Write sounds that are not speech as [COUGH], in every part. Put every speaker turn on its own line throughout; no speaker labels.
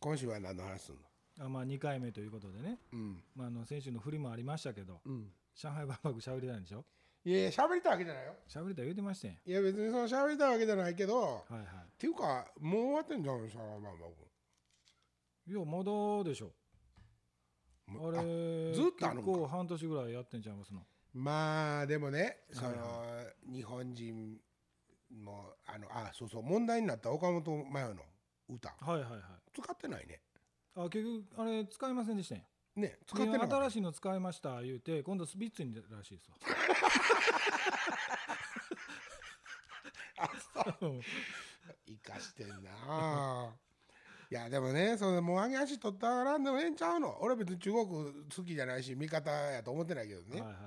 今週は何の話すんの
あまあ、2回目ということでね、
うん
まあ、あの先週の振りもありましたけど、
うん
上海万博喋りたいんでしょ
いやいや喋りたいわけじゃないよ
喋りたい言うてましたやん
いや別にその喋りたいわけじゃないけど、っ
はいは
ていうかもう終わってんじゃんシャワーマンバ
いいやまだでしょあ
君
れ
ずっとあるんか
結構半年ぐらいやってんちゃいますの
まあでもねその、
はい
日本人のあのあそうそう問題になった岡本真代の歌
はいはいはい
使ってないね
あ結局あれ使いませんでしたやん
ね使ってなかった
新しいの使いました言うて今度スピッツに出るらしいです
[LAUGHS]
わうん
生かしてんなあいやでもねそのもう上げ足取ったからんでもええんちゃうの俺別に中国好きじゃないし味方やと思ってないけどね、
はいはい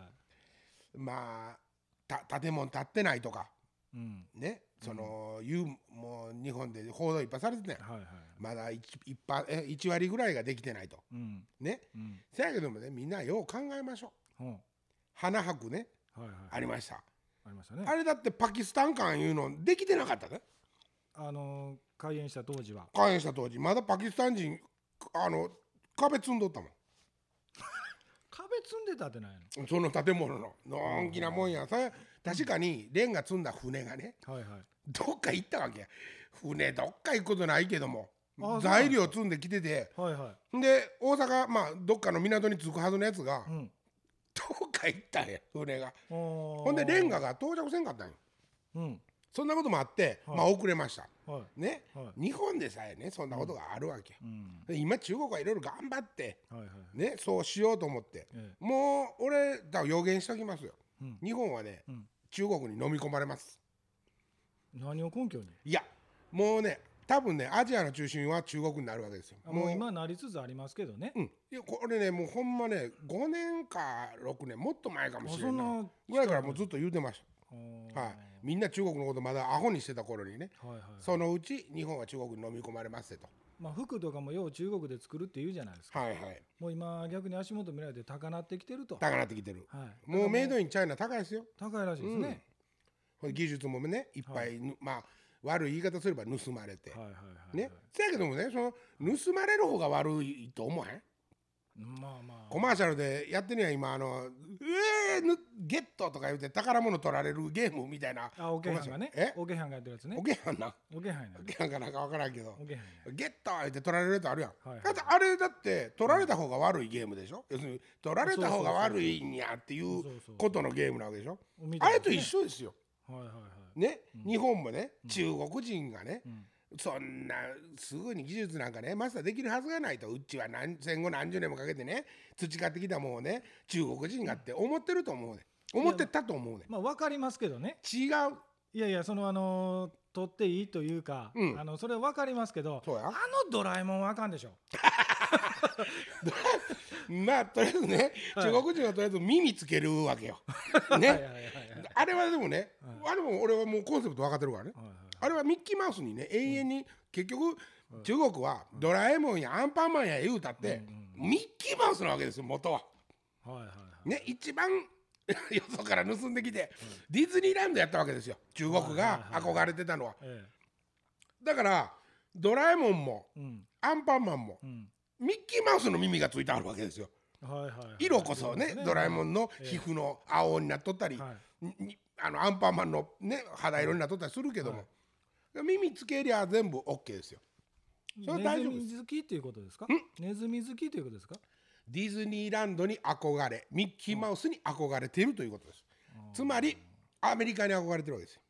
まあた建物建ってないとか
うん
ねその、いうもう日本で報道いっぱいされてたやん
はいはい
まだ 1, え1割ぐらいができてないと
うん
ね
うん
せやけどもねみんなよう考えましょう
ほう
花博ね
はいはい
ありました、
ありましたね
あれだってパキスタン館いうのできてなかったね
あのー開園した当時は
開園した当時まだパキスタン人あの壁積んどったもん
壁積んでたってない
その建物ののんきなもんやさ確かにレンガ積んだ船がね
のはいはい
どっか行ったわけや船どっか行くことないけども
あ
材料積んできてて
はいは
で大阪まあどっかの港に着くはずのやつが
いうん
どっか行ったんや船が
ほ
ほんでレンガが到着せんかったんよ
うん
そんなこともあって、
はい
まあ遅れました
はい
ね、
は
日本でさえねそんなことがあるわけ、
うん
で今中国はいろいろ頑張って
はいはい
ねそうしようと思って
え
もう俺だから予言しときますよ、
うん
日本はね、
うん
中国に飲み込まれます
え何を根拠に
いやもうね多分ねアジアの中心は中国になるわけですよ
あもう今なりつつありますけどね
うん、いやこれねもうほんまね5年か6年もっと前かも
あ
し
そ
れ
ん
ない
な
ぐらいからもうずっと言うてまし
おー
た、はい、みんな中国のことまだアホにしてた頃にね
はいはい
そのうち日本は中国に飲み込まれますってと
まあ服とかもよう中国で作るって言うじゃないですか
はいはい
もう今逆に足元見られて高なってきてるとは
高なってきてる
い
もうメイド
イン
インチャイナ高いですよ
高いらしいですね
これ技術もねいっぱいぬ、まあ悪い言い方すれば盗まれて、
はいはいはい
ねせやけどもねその盗まれる方が悪いと思わへん
まあまあ
コマーシャルでやってるやん今あの「えー、ぬゲット!」とか言うて宝物取られるゲームみたいな
あ、オケハンがね。
え
オケハンがやってるやつね
お。けやんな
オケハンやな
お。けやんかなんか分からんけど
オケハンや。
ゲットって取られるやつあるやん、
はいはい
だってあれだって取られた方が悪いゲームでしょ要するに取られた方が悪いんやってい
そううそう。
ことのゲームなわけでしょ
みた
あ
い
れ
な
と
ね
一。緒ですよ
はいはいはい。
ね、
うん
日本もね
うん
中国人がね、
うん
そんなすぐに技術なんかねマスターできるはずがないとうちは何戦後何十年もかけてね培ってきたもんをね中国人がって思ってると思うね思ってたと思うね
まあわかりますけどね。
違う
いやいや、そのあのー取っていいというか、
うん
あのそれはわかりますけど、
そうや
あのドラえもんはあかんでしょ。
[LAUGHS] まあとりあえずね、
はい
中国人はとりあえず耳つけるわけよね、
はいはいはいはい。
あれはでもね、
は
あれも俺はもうコンセプト分かってるからね
はいはい
あれはミッキーマウスにね永遠に結局中国はドラえもんやアンパンマンや言うたって
うんうん
ミッキーマウスなわけですよ元は。
はいはいはい。
ね一番 [LAUGHS] よそから盗んできてディズニーランドやったわけですよ中国が
はいはいは
憧れてたのは。
え
だからドラえもんも
え。うん
アンパンマンも
うん。
ミッキーマウスの耳がついてあるわけですよ。
はいはいはい。
色こそねドラえも
ん。
んの皮膚の青になっとったり
はい。
ににあのアンパンマンのね肌色になっとったりするけども、耳つけりゃ全部 OK ですよそれは大丈夫です
ネズミ好きっていうことですか？ネズミ好きということですか？
ディズニーランドに憧れミッキーマウスに憧れているということです、
うん
つまりアメリカに憧れてるわけですよ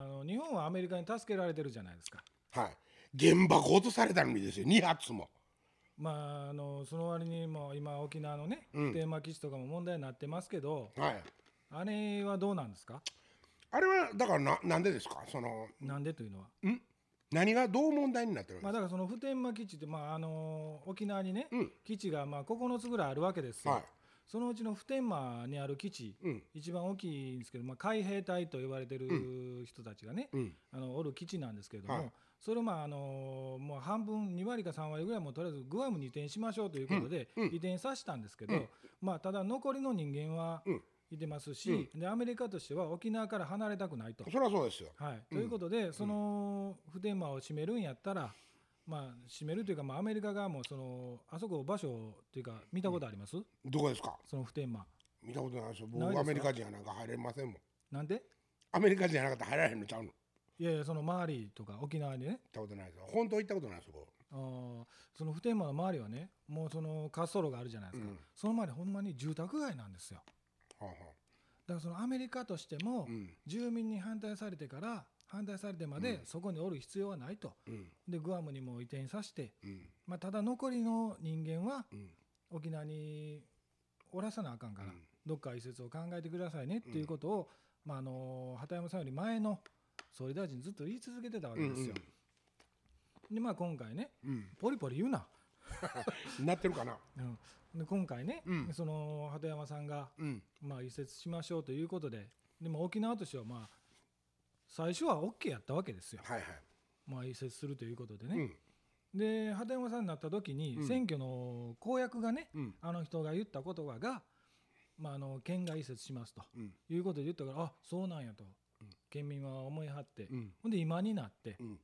あの日本はアメリカに助けられてるじゃないですか。
はい原爆落とされたのにですよ2発も
まあ、あのその割にも今沖縄のね、
うん
普天間基地とかも問題になってますけど
はい
あれはどうなんですか
あれはだからななんでですかその
なんでというのは、
何がどう問題になってるん
ま
で
あ、
す
だからその普天間基地って、まあ、あの沖縄にね、
うん
基地がまあ9つぐらいあるわけです
か
よ、
はい
そのうちの普天間にある基地
うん
一番大きいんですけど、まあ、海兵隊と言われてる人たちがね、
うん
あのおる基地なんですけども、
はい
それをまああのもう半分2割か3割ぐらいもうとりあえずグアムに移転しましょうということで
うんうん
移転させたんですけど、
うん
まあ、ただ残りの人間は
うん
いてますし、でアメリカとしては沖縄から離れたくないと。
そりゃそうですよ。
はい、
う
と
ん
いうことで、その普天間を閉めるんやったら、まあ、閉めるというか、まあ、アメリカ側もそのあそこ場所というか見たことあります、
どこですか
その普天間
見たことないですよ。
ないです
僕
か
アメリカ人やなんか入れませんもん。
なんで
アメリカ人やなかったら入らへんのちゃうの見
いやいやその周りとか沖縄でね
たことないですよ。本当行ったことないですよ。僕
あーその普天間の周りはねもうその滑走路があるじゃないですか、
うん
その前にほんまに住宅街なんですよ
は
だからそのアメリカとして
あはあ
も、
うん
住民に反対されてから反対されてまでそこにおる必要はないと、
うん
でグアムにも移転させて、
うん
まあ、ただ残りの人間は
うん
沖縄におらさなあかんから、
うん
どっか移設を考えてくださいねっていうことを、まあ、あの畑山さんより前の総理大臣ずっと言い続けてたわけですよ。でまあ今回ね
うん
ポリポリ言うな、
うん。なってるかな。
うんで今回ね、
うん
その畑山さんが、
うん
まあ、移設しましょうということででも沖縄としてはまあ最初は OK やったわけですよ、
はいはい。
まあ、移設するということで
う
ね。
ん
で畑山さんになった時に
うん
選挙の公約がね、
うん
あの人が言った言葉が、まあ、あの県が移設しますと
うん
いうことで言ったからあそうなんやと、
うん
県民は思い張って、
うん
ほんで今になって、
うん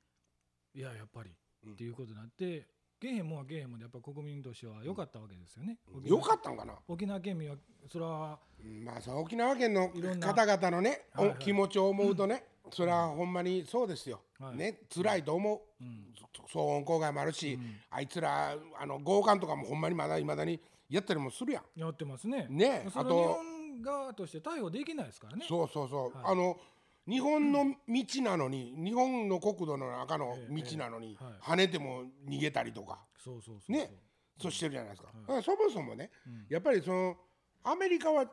いややっぱり、
うん
っていうことになってゲへんもんはゲへんもんでやっぱ国民としては良かったわけですよね。沖
よ
縄
かったんかな。
沖縄県民はそれは
うんまあさ沖縄県の
いろんな
方々のねお
はいはい
気持ちを思うとね、それはほんまにそうですよ。
はい
ね辛いと思う。
うん
騒音公害もあるし、あいつらあの強姦とかもほんまにまだいまだにやったりもするやん。
やってますね。
ねえ
[LAUGHS] それ
あと
は日本側として対応できないですからね。
そうそうそう、
はい
あの日本の道なのに、日本の国土の中の
ええ
道なのに、
ええはい
跳ねても逃げたりとか
そうそうそうそう
ねそうしてるじゃないですか,、
はい
だからそもそもね、
うん
やっぱりそのアメリカは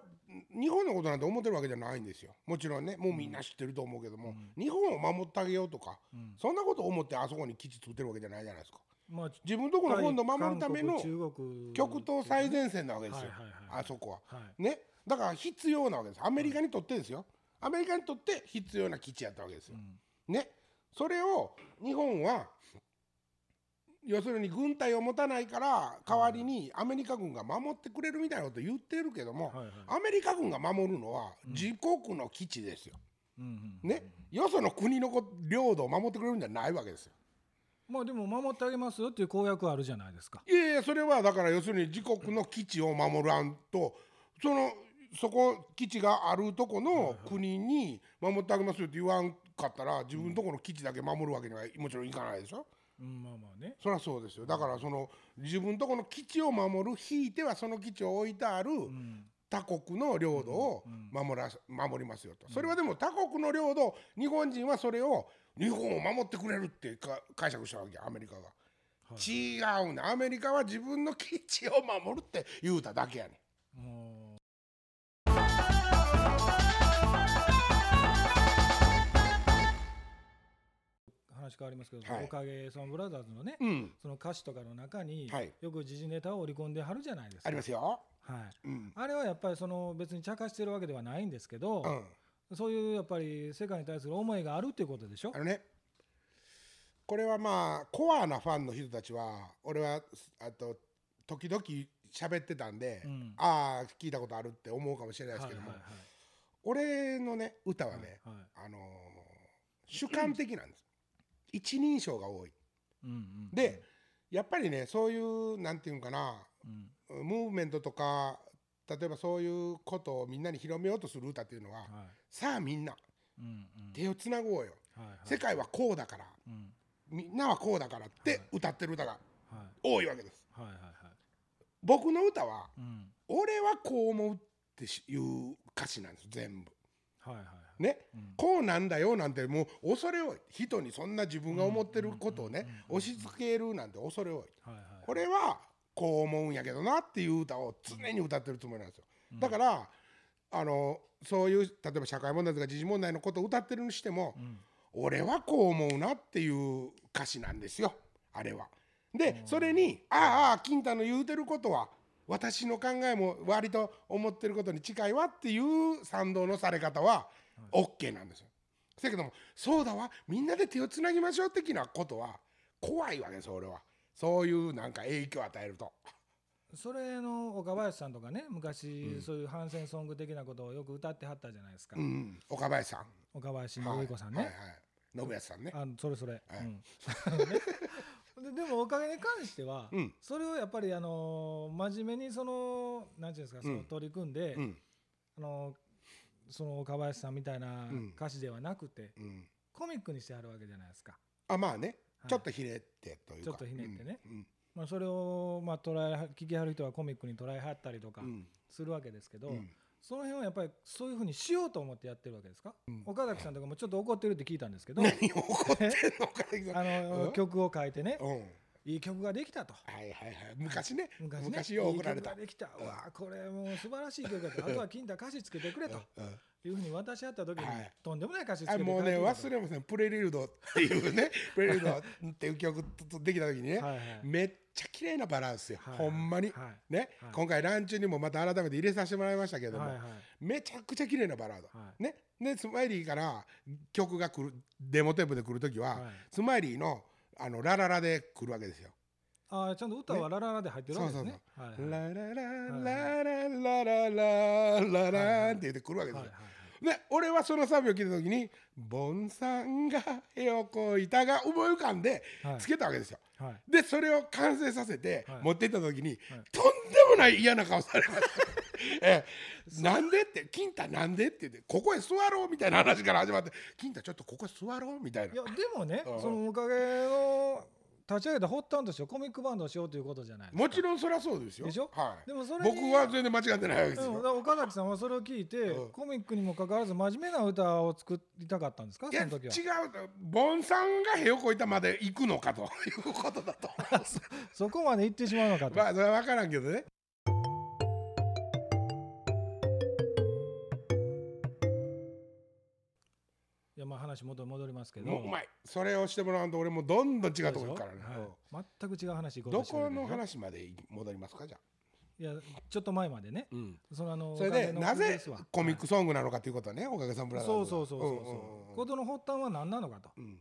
日本のことなんて思ってるわけじゃないんですよもちろんねもうみんな知ってると思うけども、日本を守ってあげようとか、
うん
そんなこと思ってあそこに基地作ってるわけじゃないじゃないですか
まあ
自分のところの本土を守るための
韓国中国
極東最前線なわけですよ、
はいはいはい
あそこは。
はい
ね、だから必要なわけですアメリカにとってですよ、アメリカにとって必要な基地やったわけですよ、ね、それを日本は要するに軍隊を持たないから代わりにアメリカ軍が守ってくれるみたいなこと言ってるけども、
はいはい
アメリカ軍が守るのは自国の基地ですよ、
うんうん
ね、よその国のこ領土を守ってくれるんじゃないわけですよ
まあでも守ってあげますよっていう公約あるじゃないですか。
いやいやそれはだから要するに自国の基地を守らんとそのそこ基地があるとこの国に守ってあげますよって言わんかったら自分のとこの基地だけ守るわけにはもちろんいかないでしょ
うん、まあまあね。
そりゃそうですよだからその自分のとこの基地を守るひいてはその基地を置いてある
うん、
他国の領土を守ら守りますよとそれはでも他国の領土日本人はそれを日本を守ってくれるってか解釈したわけアメリカが。違うねアメリカは自分の基地を守るって言うただけやねん
もう話変わりますけど、
はい
おかげさまブラザーズのね、
うん
その歌詞とかの中に、
はい
よく時事ネタを織り込んではるじゃないですか。
ありますよ
はい。
うん
あれはやっぱりその別に茶化してるわけではないんですけど、
うん
そういうやっぱり世界に対する思いがあるっていうことでしょ
あ。のねこれはまあコアなファンの人たちは俺はあと時々喋ってたんで、
うん
ああ聞いたことあるって思うかもしれないですけども、
はい
俺のね歌は
はいはい
ね、
はいはい
あのー主観的なんです、一人称が多い
うんうん
で、やっぱりねそういうなんていうんかな
うん
ムーブメントとか例えばそういうことをみんなに広めようとする歌っていうのは、
はい
さあみんな
うんうん
手をつなごうよ、
はいはい
世界はこうだから
うん
みんなはこうだからって歌ってる歌が
はい
多いわけです。
はいはいはい
僕の歌は
うん
「俺はこう思う」っていう歌詞なんです全部。
はいはいはい
ね、
うん
こうなんだよなんてもう恐れ多い人にそんな自分が思ってることをね押し付けるなんて恐れ多い。
はいはい
俺はこう思うんやけどなっていう歌を常に歌ってるつもりなんですよ、だからあのそういう例えば社会問題とか時事問題のことを歌ってるにしても、俺はこう思うなっていう歌詞なんですよあれは。でそれに「ああああ金太の言うてることは私の考えも割と思ってることに近いわ」っていう賛同のされ方は OK なんですよ。せやけどもそうだわみんなで手をつなぎましょう的なことは怖いわけです俺はそういうなんか影響を与えると
それの岡林さんとかね昔そういう反戦ソング的なことをよく歌ってはったじゃないですか、
うん岡林さん
岡林信
はい
彦さんね、
はいはい信康さんね
あのそれそれ、
はい
うん [LAUGHS] ででもおかげに関しては、
うん
それをやっぱりあのー真面目にそのなんていうんですかその
うん
取り組んで、
うん
あのーその岡林さんみたいな
うん
歌詞ではなくて、
うん
コミックにしてあるわけじゃないですか、
あまあね
はい
ちょっとひねってというか
ちょっとひねってね
うん
まあ、それをまあ捉えは聞きはる人はコミックに捉えはったりとか
うん
するわけですけど、
うん
その辺はやっぱりそういうふうにしようと思ってやってるわけですか、
うん
岡崎さんとかもちょっと怒ってるって聞いたんですけど、
[LAUGHS] 何を怒ってんのか
[LAUGHS] あの
うん
曲を変えてね
うんはい
いい曲ができたと
はいはい昔ね
昔ね
昔よう怒られた
いい曲ができた、
うん
うわあこれもう素晴らしい曲だとあとは金太歌詞つけてくれと
うんうん
いうふうに渡し合った時に、
はい
とんでもない歌詞つけ
あ
てくれ
もうね忘
れ
れませんプレリュードっていう
[LAUGHS]
ねプレリュードっていう曲できた時にね、
はいはい
めっちゃ綺麗なバランスよ、
はい
ほんまに、
は
ね、
はい
今回ランチにもまた改めて入れさせてもらいましたけ
い
ども、
はいはい
めちゃくちゃ綺麗なバラード、
は
ねでスマイリーから曲が来るデモテープで来る時は、
はい
スマイリーの「あのラララ」で来るわけですよ。
あーちゃんと歌はラララで入ってるわけですね
ね
はいはいはい
ラララ
い
ララララララランって言って来るわけです
はい
よ。ね、俺はそのサビを聞いた時に「ボンさんが絵をこいた」が思い浮かんで
はい
つけたわけですよ。
はい
でそれを完成させて
はい
持って行った時に、
はい
とんでもない嫌な顔されました。ええなんでって「金太なんで?」って言って「ここへ座ろう」みたいな話から始まって「金太ちょっとここへ座ろう」みたい
い
な
やでもね
うん
そのおかげを立ち上げた発端としてはコミックバンドをしようということじゃないですか
もちろんそりゃそうですよ。
でしょ
はい、
でもそれに
僕は全然間違ってないわけです
うん、だ
よ。
から岡崎さんはそれを聞いて、
うん
コミックにもかかわらず真面目な歌を作りたかったんですか
い
そ
や
の
違う
時は
ボンさんがへをこいたまで行くのかということだと思います。
そこまで行ってしまうのか
[LAUGHS]
と、
まあそれは分からんけどね。
いやまあ話元に戻りますけど
もううまいそれをしてもらうと俺もどんどん違うところからね、
はい全く違う話行
うんど
こうとしてる
こ
わけでし
の
ょ
話まで戻りますかじゃあ、
いやちょっと前までねそのあの
それで
お金の
な
こと
ぜ
すわ
コミックソングなのかということはねおかげさんブ
は
ラ
い
ザーズ
そ
は
うそうそうそうそう,、
ん
ことの発端は何なのかと、
うんうんうん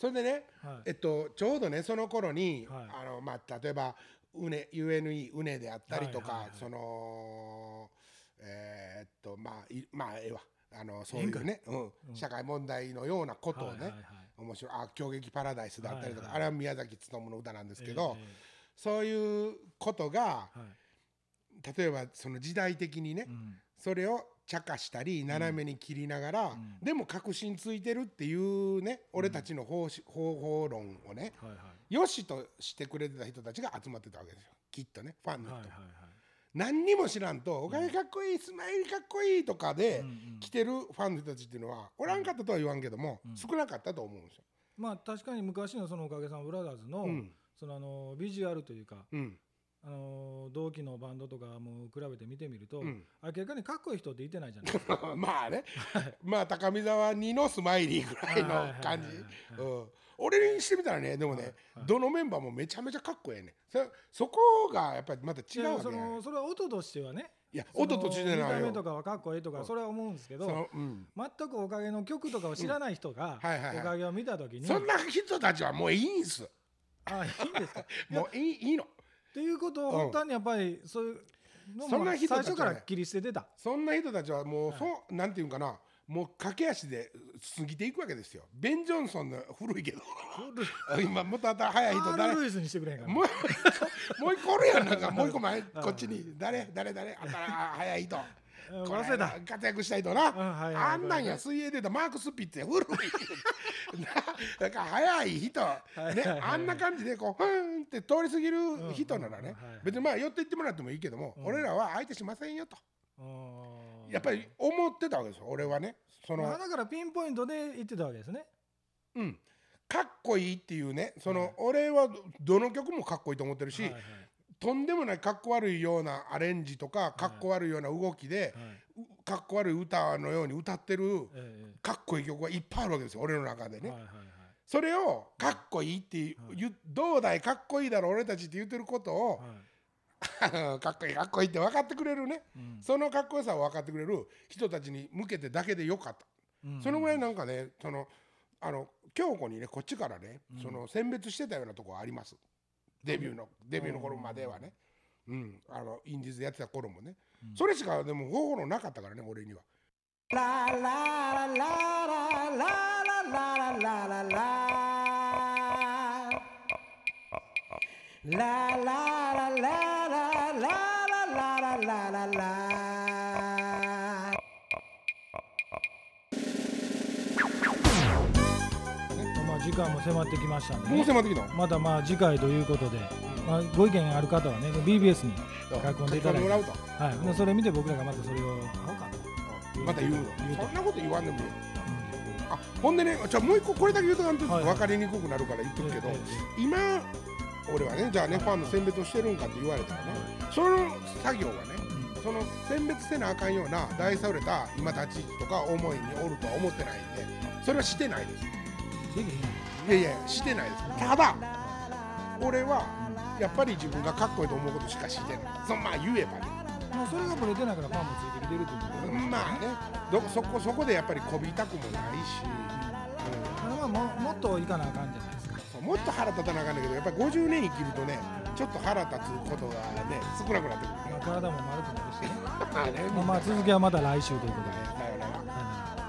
それでね
はい
えっとちょうどねその頃に、
はい
あのまあ例えばうね UNE うねであったりとか、
はいはいはい
そのえーっとまあいまあええわあのそういうね、うん
うん
社会問題のようなことをね、
はいはいはい
面白いあ狂劇パラダイスだったりとか、
はいはい
あれは宮崎努の歌なんですけど、
ええ
そういうことが
ええはい
例えばその時代的にね、
うん
それを茶化したり斜めに切りながら、
ん
でも確信ついてるっていうね俺たちの方,、方法論をね
はいはい
良しとしてくれてた人たちが集まってたわけですよきっとねファンの人、
はいはいは
何にも知らんと「おかげかっこいい、スマイルかっこいい」とか
い
で
うんうん
来てるファンの人たちっていうのはおらんかったとは言わんけども、
うん
少なかったと思うんですよ。
まあ確かに昔のそのおかげさんブラザーズの、
うん
そのあのビジュアルというか、
うん
あのー同期のバンドとかも比べて見てみると、
うん
明らかにかっこいい人っていてないじ
[LAUGHS]
ゃないですか。
まあね、まあ高見沢2のスマイリーぐらいの感じ
はいはいはいは
うん俺にしてみたらねでもね、
はい
どのメンバーもめちゃめちゃかっこええねそそこがやっぱりまた違うわけ
そ
じゃない
のそれは音としてはね
いや音と違うじゃ
そ
ない
の見た
よ
目とかはかっこいいと
う
か
ん
それは思うんですけ
そ
ど、
の、うん、
全くおかげの曲とかを知らない人が、
うんはいはいはい
おかげを見た時に
そんな人たちはもういいんす
あいいんですかいやっ
もういいいいの
ていうことを本当にやっぱりそういうの
そん
も
な
最
人たちはね
初から切り捨ててた。
そんな人たちはもう、
い
そうなんていうんかなもう駆け足で過ぎていくわけですよベン・ジョンソンの古いけど [LAUGHS] 今もっとあった早い人
アー
誰
ル・ルイスにしてくれへんかな
もう一個もう [LAUGHS] 一個おるやんなんかもう一個前こっちに誰誰誰あんた早い人
うん
この
忘れた
間活躍した人な、
はいはい
あんなんや水泳で言うとマークスピッツや古
[LAUGHS]
いなだから早い人、
い
ね
はいはい
あんな感じでこうふーんって通り過ぎる人ならね、
うんうんうんはいはい
別にまあ寄っていってもらってもいいけども、
うん
俺らは相手しませんよと
うん
やっぱり思ってたわけですよ俺はねその、
まあだからピンポイントで言ってたわけですね。
うんかっこいいっていうねその、
はい
俺はどどの曲もかっこいいと思ってるし、
はいはい
とんでもないかっこ悪いようなアレンジとかかっこ悪いような動きで、
はいう
かっこ悪い歌のように歌ってる
ええ
かっこいい曲がいっぱいあるわけですよ俺の中でね、
はいはいはい
それをかっこいいっていう、
はい
言うどうだいかっこいいだろ俺たちって言ってることを
は、い
[LAUGHS] かっこいいかっこいいって分かってくれるね、
うん
そのかっこよさを分かってくれる人たちに向けてだけでよかった
うん
そのぐらいなんかねそのあの京子にねこっちからね、
うん
その選別してたようなとこはありますデビューのデビューの頃まではね、うん、あのインディーズでやってた頃もね、
うん
それしかでも方法論なかったからね俺には。ラララララララララララララララララララララ
とまあ時間も迫ってきましたんで、
もう
ね、
迫ってきた
まだまあ次回ということで、まあ、ご意見ある方はね BBS に、書き込んでいただい
書き込も
て
らうと
はい、ほんでそれ見て僕らがまたそれを買おうかと、
うんまた言うの
言うと
そんなこと言わんでもいいよあほんでねじゃあもう一個これだけ言うとなんと
はいはい
分かりにくくなるから言っとくけど、
ええ
今俺はねじゃあねファンの選別をしてるんかって言われたらねその作業はね
えええうん
その選別せなあかんような大それた今立ち位置とか思いにおるとは思ってないんでそれはしてないです
できへん
いやいやしてないですただ俺はやっぱり自分がかっこいいと思うことしかしてないそまあ言えばね
もうそれがブレてないからファンもついてきてるということで、
まあねどそこそこでやっぱりこびたくもないし、
あのまあももっといかなあかんじゃないですか
そうもっと腹立たなあかんだけどやっぱり50年生きるとねちょっと腹立つことがね少なくなってくるね
まあ体も丸くなるしね、
まあね
まあ、まあ続きはまた来週ということで、
さよなら
さよなら